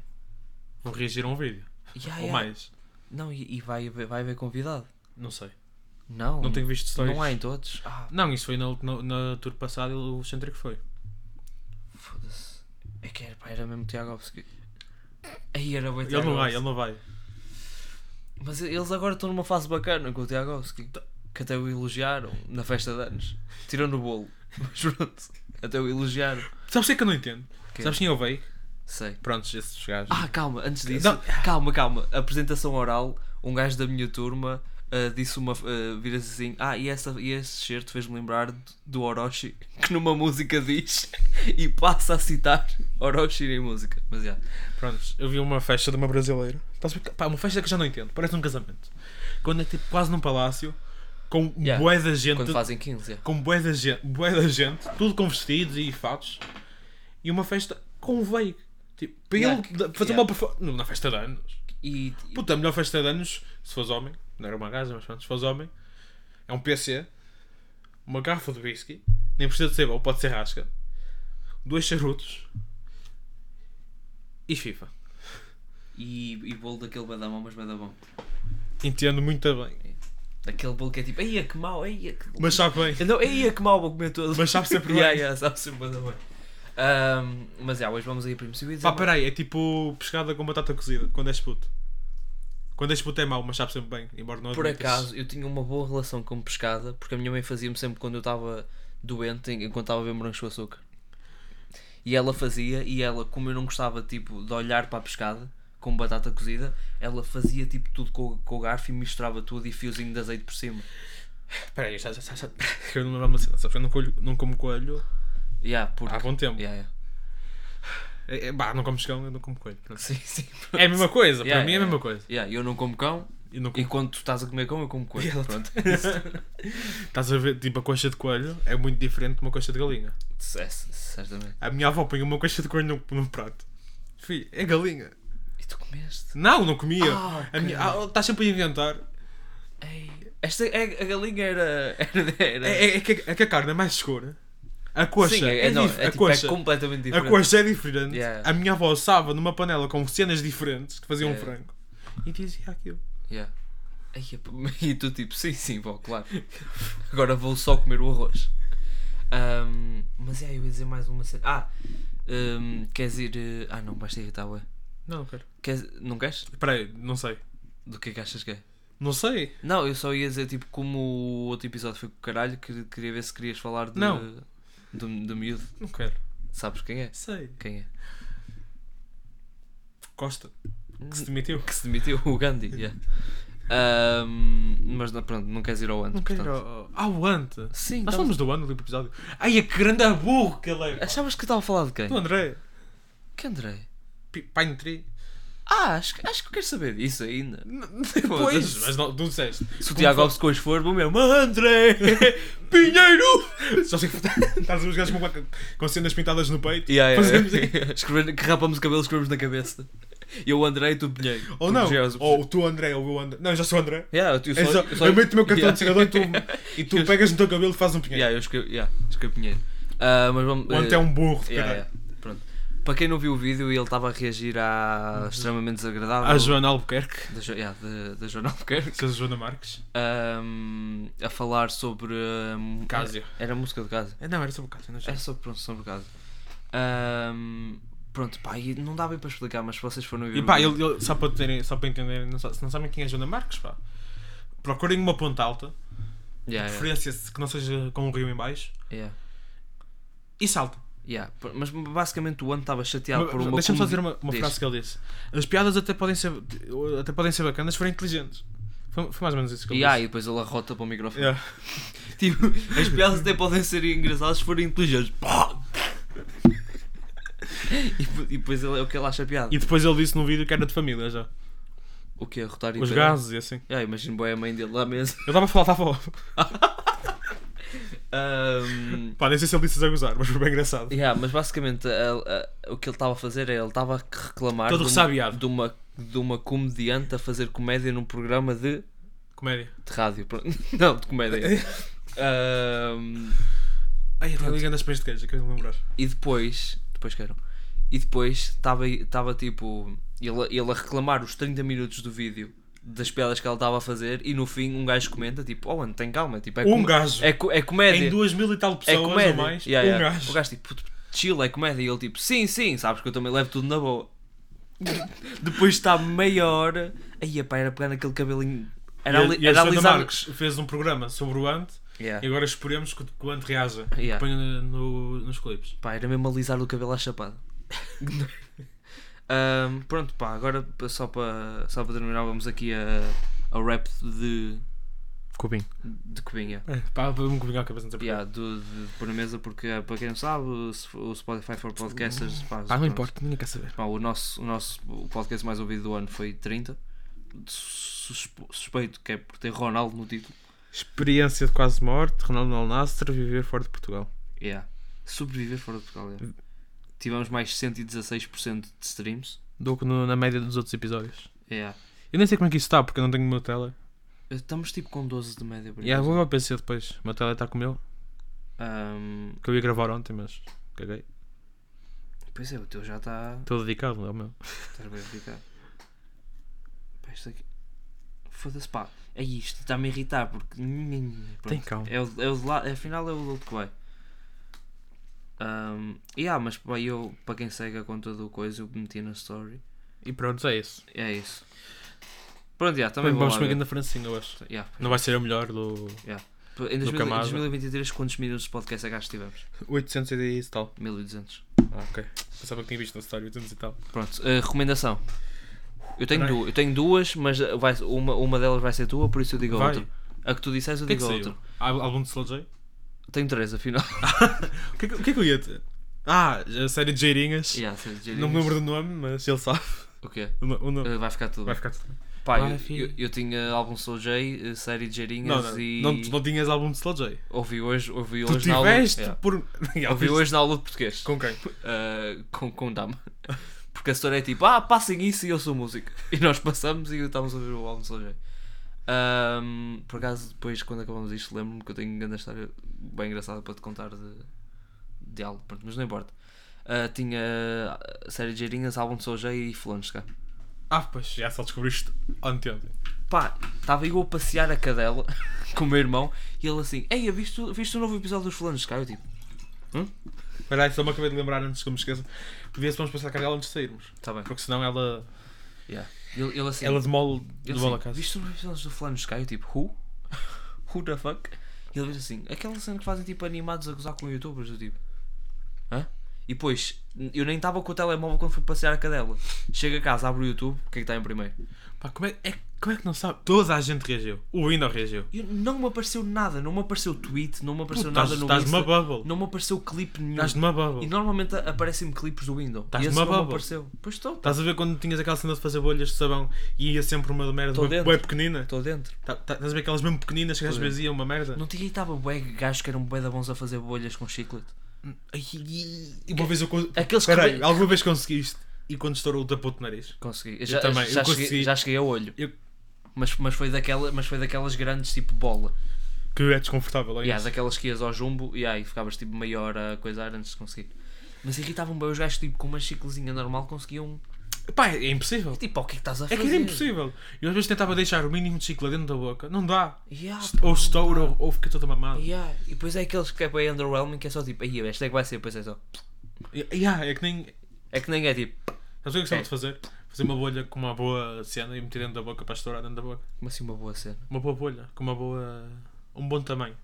Speaker 2: Vão reagir a um vídeo.
Speaker 1: Ah, Yeah,
Speaker 2: Ou
Speaker 1: yeah.
Speaker 2: mais.
Speaker 1: Não, e, e vai, haver, vai haver convidado.
Speaker 2: Não sei.
Speaker 1: Não.
Speaker 2: Não tenho visto stories.
Speaker 1: Não há em todos. Ah,
Speaker 2: Não, isso foi na, na, na tour passada e o Alexandre que foi.
Speaker 1: foda-se. É que era, pá, era mesmo Tiagovski. Aí era bem
Speaker 2: Ele não vai,
Speaker 1: Tiagovski.
Speaker 2: ele não vai.
Speaker 1: Mas eles agora estão numa fase bacana com o Tiagovski. Que até o elogiaram na festa de anos. Tirou no bolo. Mas pronto. Até o elogiaram.
Speaker 2: Sabes o que é que eu não entendo?
Speaker 1: Quê?
Speaker 2: Sabes quem eu veio?
Speaker 1: Sei.
Speaker 2: Prontos, esses gajos.
Speaker 1: Ah, calma, antes disso.
Speaker 2: Não.
Speaker 1: Calma, calma. Apresentação oral. Um gajo da minha turma ah, disse uma. ah, Vira-se assim. Ah, e, essa, e esse certo fez-me lembrar do- do Orochi. Que numa música diz. E passa a citar Orochi em música. Mas já.
Speaker 2: Prontos, eu vi uma festa de uma brasileira. Estás a ver? Pá, uma festa que eu já não entendo. Parece um casamento. Quando é tipo quase num palácio, com
Speaker 1: Yeah.
Speaker 2: bué da gente.
Speaker 1: Quando fazem 15, já.
Speaker 2: Com bué da gente, bué da gente, tudo com vestidos e fatos. E uma festa com um veio. Tipo, para
Speaker 1: Yeah.
Speaker 2: ele da- fazer
Speaker 1: Yeah.
Speaker 2: uma performance. Na festa de anos.
Speaker 1: E. e-
Speaker 2: Puta, a melhor festa de anos, se fores homem, não era uma gaja, mas pronto, se fores homem, é um PC, uma garrafa de whisky, nem precisa de ser bom, pode ser rasca, dois charutos e FIFA.
Speaker 1: E, e bolo daquele badamão, mas badamão.
Speaker 2: Entendo muito bem.
Speaker 1: Daquele bolo que é tipo, eia que mau, eia que.
Speaker 2: Mas sabe bem.
Speaker 1: Não, eia que mau, vou comer todo.
Speaker 2: Mas sabe sempre bem.
Speaker 1: yeah, yeah, sabe sempre badamão. Ahm, mas já, hoje vamos aí para impossíveis.
Speaker 2: Pá, peraí, é tipo pescada com batata cozida, quando és puto. Quando és puto é mau, mas sabe sempre bem, embora não
Speaker 1: Por
Speaker 2: admitas.
Speaker 1: acaso, eu tinha uma boa relação com pescada, porque a minha mãe fazia-me sempre quando eu estava doente, en- enquanto estava a ver morangos com açúcar. E ela fazia, e ela, como eu não gostava tipo, de olhar para a pescada, com batata cozida, ela fazia tipo tudo com, o- com o garfo e misturava tudo e fiozinho de azeite por cima.
Speaker 2: Peraí, já, já, já, já. eu não me lembro de uma cena, sabes que eu não, colho, não como coelho
Speaker 1: Yeah, porque...
Speaker 2: há bom tempo.
Speaker 1: Yeah, yeah.
Speaker 2: É, é, bah, não como chão, eu não como coelho. pronto.
Speaker 1: Sim, sim.
Speaker 2: É a mesma coisa,
Speaker 1: Yeah,
Speaker 2: para mim é
Speaker 1: yeah,
Speaker 2: a mesma coisa.
Speaker 1: Yeah, eu não como cão,
Speaker 2: E não
Speaker 1: e
Speaker 2: como...
Speaker 1: quando tu estás a comer cão, eu como coelho.
Speaker 2: Yeah.
Speaker 1: Pronto.
Speaker 2: Estás a ver, tipo, a coxa de coelho é muito diferente de uma coxa de galinha.
Speaker 1: É, c- certamente.
Speaker 2: A minha avó põe uma coxa de coelho num, num prato. Fih, é galinha.
Speaker 1: E tu comeste?
Speaker 2: Não, não comia.
Speaker 1: Ah,
Speaker 2: a minha, ah, estás sempre a inventar.
Speaker 1: Ei. Esta, a, a galinha era... era, era...
Speaker 2: É, é- é que, é que a carne é mais escura. A coxa
Speaker 1: Sim,
Speaker 2: é,
Speaker 1: é, não,
Speaker 2: dif-
Speaker 1: é
Speaker 2: a
Speaker 1: tipo, é
Speaker 2: coxa.
Speaker 1: completamente
Speaker 2: a
Speaker 1: diferente.
Speaker 2: coxa é diferente.
Speaker 1: Yeah.
Speaker 2: A minha avó assava numa panela com cenas diferentes que faziam um
Speaker 1: Yeah.
Speaker 2: frango. E dizia aquilo.
Speaker 1: Yeah. Ai, é pá, E tu tipo, sim, sim, vou, claro. Agora vou só comer o arroz. Ahm, mas é, eu ia dizer mais uma cena. Ah, ahm, queres ir. eh, Ah, não, basta irritar, ué.
Speaker 2: Não, não quero.
Speaker 1: Queres... Não queres?
Speaker 2: Espera aí, não sei.
Speaker 1: Do que é que achas que é?
Speaker 2: Não sei.
Speaker 1: Não, eu só ia dizer, tipo, como o outro episódio foi com o caralho, que queria ver se querias falar de.
Speaker 2: Não.
Speaker 1: Do, do miúdo.
Speaker 2: Não quero.
Speaker 1: Sabes quem é?
Speaker 2: Sei.
Speaker 1: Quem é?
Speaker 2: Costa. Que se demitiu.
Speaker 1: Que se demitiu o Gandhi, yeah. Ahm, mas não, pronto, não queres ir ao antes,
Speaker 2: Não quero.
Speaker 1: portanto.
Speaker 2: Ah, o Ante.
Speaker 1: Sim,
Speaker 2: Nós
Speaker 1: tava-
Speaker 2: falamos do ano do episódio. Ai, é que grande burro que ele é. pá.
Speaker 1: Achavas que eu estava a falar de quem?
Speaker 2: é Do André.
Speaker 1: Que Andrei?
Speaker 2: P- Pine Tree.
Speaker 1: Ah, acho, que- acho que queres saber disso ainda.
Speaker 2: Depois. Mas não, tu disseste.
Speaker 1: Se o
Speaker 2: Como
Speaker 1: Tiago
Speaker 2: foi?
Speaker 1: Alves hoje for, vou mesmo. André! Pinheiro!
Speaker 2: Só sei que estás os gajos com, uma- com cenas pintadas no peito.
Speaker 1: Yeah, yeah,
Speaker 2: Fazemos
Speaker 1: yeah. Escrever- que rapamos o cabelo, escrevemos na cabeça. Eu, o André, e tu, Pinheiro.
Speaker 2: Ou
Speaker 1: Tu
Speaker 2: não.
Speaker 1: já és o-
Speaker 2: Ou tu, André, ou eu, André. Não, eu já sou André.
Speaker 1: Yeah, eu,
Speaker 2: Eu,
Speaker 1: só,
Speaker 2: só,
Speaker 1: eu, só,
Speaker 2: eu meto o meu cartão
Speaker 1: yeah.
Speaker 2: de cidadão e tu, e tu pegas no teu cabelo e fazes um pinheiro.
Speaker 1: Yeah, eu escrevo, yeah, escrevo Pinheiro. Ah, mas vamos.
Speaker 2: O Ante é um burro
Speaker 1: eh,
Speaker 2: de
Speaker 1: yeah,
Speaker 2: caralho.
Speaker 1: yeah. Pronto. Para quem não viu o vídeo, ele estava a reagir à extremamente desagradável.
Speaker 2: A Uhum. Joana Albuquerque.
Speaker 1: da, Jo- yeah, da, da Joana Albuquerque.
Speaker 2: Que é a Joana Marques.
Speaker 1: Ahm, a falar sobre. ahm,
Speaker 2: Cásia.
Speaker 1: Era a música de Cásia.
Speaker 2: Não, era só um bocado. não sei.
Speaker 1: Era sobre pronto, sobre Cásia. Ahm, pronto, pá, e não dá bem para explicar, mas se vocês foram ver.
Speaker 2: E
Speaker 1: o
Speaker 2: pá,
Speaker 1: vídeo-
Speaker 2: ele, ele- só, para terem, só para entenderem, não, sa- se não sabem quem é a Joana Marques, pá. Procurem uma ponta alta,
Speaker 1: Yeah, yeah,
Speaker 2: preferência que não seja com um rio em baixo,
Speaker 1: yeah,
Speaker 2: e salta.
Speaker 1: yeah. Pr- Mas basicamente o ano estava chateado
Speaker 2: Mas-
Speaker 1: É, por uma
Speaker 2: Deixa-me só
Speaker 1: comedi-
Speaker 2: dizer uma, uma
Speaker 1: Diz.
Speaker 2: frase que ele disse. As piadas até podem ser, até podem ser bacanas se forem inteligentes. Foi, foi mais ou menos isso que eu
Speaker 1: E aí,
Speaker 2: disse. É.
Speaker 1: depois ele arrota para o microfone.
Speaker 2: Yeah.
Speaker 1: Tipo, as piadas até podem ser engraçadas se forem inteligentes. Pá! E, po- e depois ele, é o que ele acha piada.
Speaker 2: E depois ele disse no vídeo que era de família já.
Speaker 1: O que é rotar e
Speaker 2: Os
Speaker 1: peidar?
Speaker 2: gases e assim.
Speaker 1: Yeah, imagino bem a mãe dele lá mesmo.
Speaker 2: Eu estava a falar, estava a falar.
Speaker 1: Ahm,
Speaker 2: Pá, nem sei se ele disse isso a gozar, mas foi bem engraçado.
Speaker 1: yeah, mas basicamente a- a- o que ele estava a fazer é ele estava a reclamar
Speaker 2: Todo
Speaker 1: de, uma,
Speaker 2: ressabiado.
Speaker 1: de, uma, de uma comediante a fazer comédia num programa de,
Speaker 2: Comédia.
Speaker 1: de rádio. pronto. Não, de comédia. Ahm,
Speaker 2: Ai, eu ligando as pés de queijo, acabei de lembrar.
Speaker 1: E depois. Depois quero. E depois estava estava tipo. Ele, ele a reclamar os 30 minutos do vídeo das piadas que ela estava a fazer e no fim um gajo comenta tipo, oh mano, tem calma, tipo, é,
Speaker 2: Um
Speaker 1: com-
Speaker 2: gajo.
Speaker 1: é, co- é comédia.
Speaker 2: Em duas mil e tal
Speaker 1: é
Speaker 2: pessoas
Speaker 1: comédia.
Speaker 2: ou mais,
Speaker 1: Yeah,
Speaker 2: um
Speaker 1: yeah.
Speaker 2: gajo.
Speaker 1: O gajo tipo, puto, chill, é comédia. E ele tipo, sim, sim, sabes que eu também levo tudo na boa. depois está meia hora. Aí a pá, era pegar naquele cabelinho. Era, ali,
Speaker 2: e a, e a
Speaker 1: era
Speaker 2: Susana
Speaker 1: alisar-
Speaker 2: Marques fez um programa sobre o Ant
Speaker 1: Yeah.
Speaker 2: e agora esperemos que, que o Ant reaja.
Speaker 1: Yeah.
Speaker 2: Que Põe no- nos clipes.
Speaker 1: Pá, era mesmo alisar o cabelo à chapada. Ahm, pronto, pá, agora pa- só para só para terminar, vamos aqui a, a rap de,
Speaker 2: Cubinho.
Speaker 1: de Cubinha.
Speaker 2: É, pá, vamos cubinho a cabeça não sei porquê.
Speaker 1: Yeah, do, de, de pôr na mesa, porque ah, para quem não sabe, o Sp- o Spotify for Podcasters. Pá,
Speaker 2: Ah, não
Speaker 1: pronto.
Speaker 2: importa, ninguém quer saber.
Speaker 1: Pá, o, nosso, o nosso podcast mais ouvido do ano foi 30. Suspo- Suspeito que é por ter Ronaldo no título.
Speaker 2: Experiência de quase morte, Ronaldo Alnasser, viver fora de Portugal.
Speaker 1: Yeah. Sobreviver fora de Portugal. yeah. Tivemos mais 116% de streams.
Speaker 2: Dou no- na média dos outros episódios.
Speaker 1: Yeah.
Speaker 2: Eu nem sei como é que isso está, porque eu não tenho o meu tele.
Speaker 1: Estamos tipo com 12 de média por
Speaker 2: E yeah,
Speaker 1: exemplo.
Speaker 2: vou ao PC depois. O meu tele está com o meu,
Speaker 1: Ahm,
Speaker 2: que eu ia gravar ontem, mas caguei.
Speaker 1: Pois é, o teu já está.
Speaker 2: Estou dedicado ao meu.
Speaker 1: Estás bem ficado. Pá, isto aqui. Foda-se, pá. É isto, está-me a irritar porque. Pronto.
Speaker 2: Tem calma.
Speaker 1: É o, é o de lá, afinal é o do que vai. Ahm, e ah, mas pá, eu, para quem segue a conta do coisa, eu meti na story.
Speaker 2: E pronto, é isso.
Speaker 1: É isso. Pronto, já, também
Speaker 2: Também
Speaker 1: vou
Speaker 2: vamos
Speaker 1: lá
Speaker 2: comigo
Speaker 1: ver.
Speaker 2: na Francinha hoje.
Speaker 1: Já, pois.
Speaker 2: Não vai ser a melhor do
Speaker 1: Em 2000 em
Speaker 2: Camada.
Speaker 1: 2023, quantos minutos de podcast é que acho que tivemos?
Speaker 2: 800 e tal.
Speaker 1: 1200.
Speaker 2: Ah, ok. Pensava que tinha visto na história 800 e tal.
Speaker 1: Pronto, eh, recomendação. Eu tenho,
Speaker 2: Peraí.
Speaker 1: du- eu tenho duas, mas eh, vai, uma, uma delas vai ser tua, por isso eu digo a
Speaker 2: Vai.
Speaker 1: outra. A que tu disseres, eu
Speaker 2: O que é que
Speaker 1: digo a
Speaker 2: saiu?
Speaker 1: outra.
Speaker 2: Al- Álbum de Slow J?
Speaker 1: Tenho três, afinal.
Speaker 2: O que, é que- o que é que eu ia ter? Ah, a série de Jeirinhas.
Speaker 1: Yeah, sei dizer
Speaker 2: Não me
Speaker 1: isso.
Speaker 2: lembro do nome, mas ele sabe.
Speaker 1: O quê?
Speaker 2: O no- o nome.
Speaker 1: Eh, vai ficar tudo
Speaker 2: Vai
Speaker 1: bem.
Speaker 2: ficar tudo bem.
Speaker 1: Pá,
Speaker 2: Vai,
Speaker 1: eu-
Speaker 2: filho.
Speaker 1: eu, eu tinha álbum Soul J, eh, série de
Speaker 2: Não,
Speaker 1: Jeirinhas
Speaker 2: não,
Speaker 1: e.
Speaker 2: não, tu não tinhas álbum de Slow J.
Speaker 1: Ouvi hoje, ouvi
Speaker 2: Tu
Speaker 1: hoje na aula.
Speaker 2: tiveste é
Speaker 1: Yeah.
Speaker 2: por. Já
Speaker 1: Ouvi
Speaker 2: viste?
Speaker 1: hoje na aula de português.
Speaker 2: Com quem?
Speaker 1: Eh, com, com Dama. Porque a história é tipo, ah, passem isso e eu sou músico. E nós passamos e estávamos a ouvir o álbum Soul J. Ahm, por acaso, depois, quando acabamos isto, lembro-me que eu tenho uma grande história bem engraçada para te contar de, de algo, pronto, mas não importa. Ah, tinha a série de Jeirinhas, álbum de Soul J e Flandes cá.
Speaker 2: Ah, pois, já só descobriste ontem. ontem.
Speaker 1: Pá, estava eu a passear a cadela com o meu irmão e ele assim, ei, viste, o- viste o novo episódio dos Flandes cá? Eu tipo,
Speaker 2: Espera aí, só me acabei de lembrar antes que eu me esqueça. Podia se vamos passar a cara dela antes de sairmos.
Speaker 1: está Tá bem.
Speaker 2: Porque senão ela.
Speaker 1: Yeah. Ele, ele assim,
Speaker 2: Ela demole
Speaker 1: Ele
Speaker 2: demole a
Speaker 1: assim,
Speaker 2: casa.
Speaker 1: Viste os episódios do Fulano Sky? Eu tipo, who? Who the fuck? E ele diz assim, aquela cena que fazem tipo animados a gozar com youtubers, eu tipo. Hã? E depois, eu nem estava com o telemóvel quando fui passear a cadela. Chego a casa, abro o YouTube, o que é que está em primeiro?
Speaker 2: Pá, como é, é, como é que não sabe? Toda a gente reagiu. O Windows reagiu.
Speaker 1: Eu, não me apareceu nada, não me apareceu tweet, não me apareceu
Speaker 2: Puta,
Speaker 1: nada
Speaker 2: estás-
Speaker 1: no
Speaker 2: estás
Speaker 1: Insta,
Speaker 2: numa bubble.
Speaker 1: Não me apareceu clipe nenhum.
Speaker 2: Estás numa
Speaker 1: E
Speaker 2: bubble.
Speaker 1: normalmente a- aparecem-me clipes do Windows.
Speaker 2: Estás
Speaker 1: e esse
Speaker 2: numa
Speaker 1: não me
Speaker 2: bubble.
Speaker 1: apareceu. Pois estou,
Speaker 2: Estás a ver quando tinhas aquela cena de fazer bolhas de sabão e ia sempre uma merda
Speaker 1: Tô
Speaker 2: bem,
Speaker 1: dentro.
Speaker 2: bem pequenina?
Speaker 1: estou dentro.
Speaker 2: Tá- tá- Estás a ver aquelas mesmo pequeninas que às
Speaker 1: Tô
Speaker 2: vezes iam uma merda?
Speaker 1: é. Não tinha estava bué gajos que eram bué da bons a fazer bolhas com chiclete.
Speaker 2: Ai, ai, ai. uma vez eu. con-
Speaker 1: Aqueles que-
Speaker 2: Peraí, alguma vez conseguiste? E quando estourou o tapote do nariz?
Speaker 1: Consegui. Eu já,
Speaker 2: também,
Speaker 1: já
Speaker 2: eu
Speaker 1: cheguei,
Speaker 2: consegui.
Speaker 1: já cheguei ao olho.
Speaker 2: Eu-
Speaker 1: Mas, mas, foi daquela, mas foi daquelas grandes tipo bola.
Speaker 2: Que é desconfortável, é
Speaker 1: Yeah,
Speaker 2: isso?
Speaker 1: daquelas que ias ao jumbo e aí ficavas tipo meia hora a coisar antes de conseguir. Mas irritavam bem os gajos tipo com uma chiclezinha normal conseguiam.
Speaker 2: Pá, é impossível.
Speaker 1: Tipo, "Oh, o que é que estás a
Speaker 2: É
Speaker 1: fazer?
Speaker 2: que era impossível. Eu às vezes tentava deixar o mínimo de chicle dentro da boca. Não dá.
Speaker 1: Yeah,
Speaker 2: Est-
Speaker 1: Ah, pá,
Speaker 2: ou
Speaker 1: não
Speaker 2: estoura
Speaker 1: dá.
Speaker 2: ou, ou fica toda mamada.
Speaker 1: Yeah. E depois é aqueles que é bem underwhelming que é só tipo, aí esta é que vai ser, depois é só.
Speaker 2: Yeah. yeah, é que nem.
Speaker 1: É que nem é tipo,
Speaker 2: Sabes o que eu gostava de fazer? Fazer uma bolha com uma boa cena e meter dentro da boca para estourar dentro da boca.
Speaker 1: como assim uma boa cena?
Speaker 2: Uma boa bolha, com uma boa. um bom tamanho.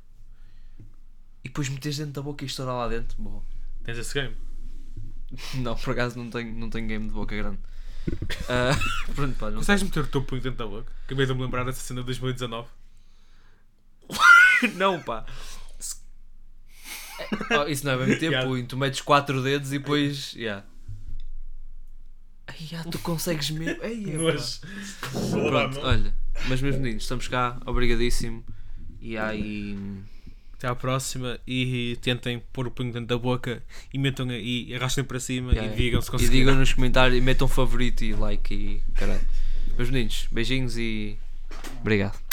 Speaker 1: E depois metes dentro da boca e estourar lá dentro? Boa.
Speaker 2: Tens esse game?
Speaker 1: Não, por acaso não tenho, não tenho game de boca grande. Ah, pronto, pá, não sei.
Speaker 2: Consegues meter o teu punho dentro da boca? Acabei de me lembrar dessa cena de 2019.
Speaker 1: Não, pá. Se- Oh, isso não é bem meter
Speaker 2: Yeah.
Speaker 1: punho. Tu metes quatro dedos e depois. Yeah. Ai, ah, tu consegues mesmo. Ai, é, pá.
Speaker 2: Mas.
Speaker 1: Pronto, olha. Mas, meus meninos, estamos cá. Obrigadíssimo. E aí.
Speaker 2: Até à próxima e tentem pôr o punho dentro da boca e metam e arrastem para cima
Speaker 1: Yeah.
Speaker 2: e digam se
Speaker 1: E
Speaker 2: conseguiram.
Speaker 1: digam nos comentários e metam favorito e like e caralho. Meus meninos, beijinhos e. Obrigado.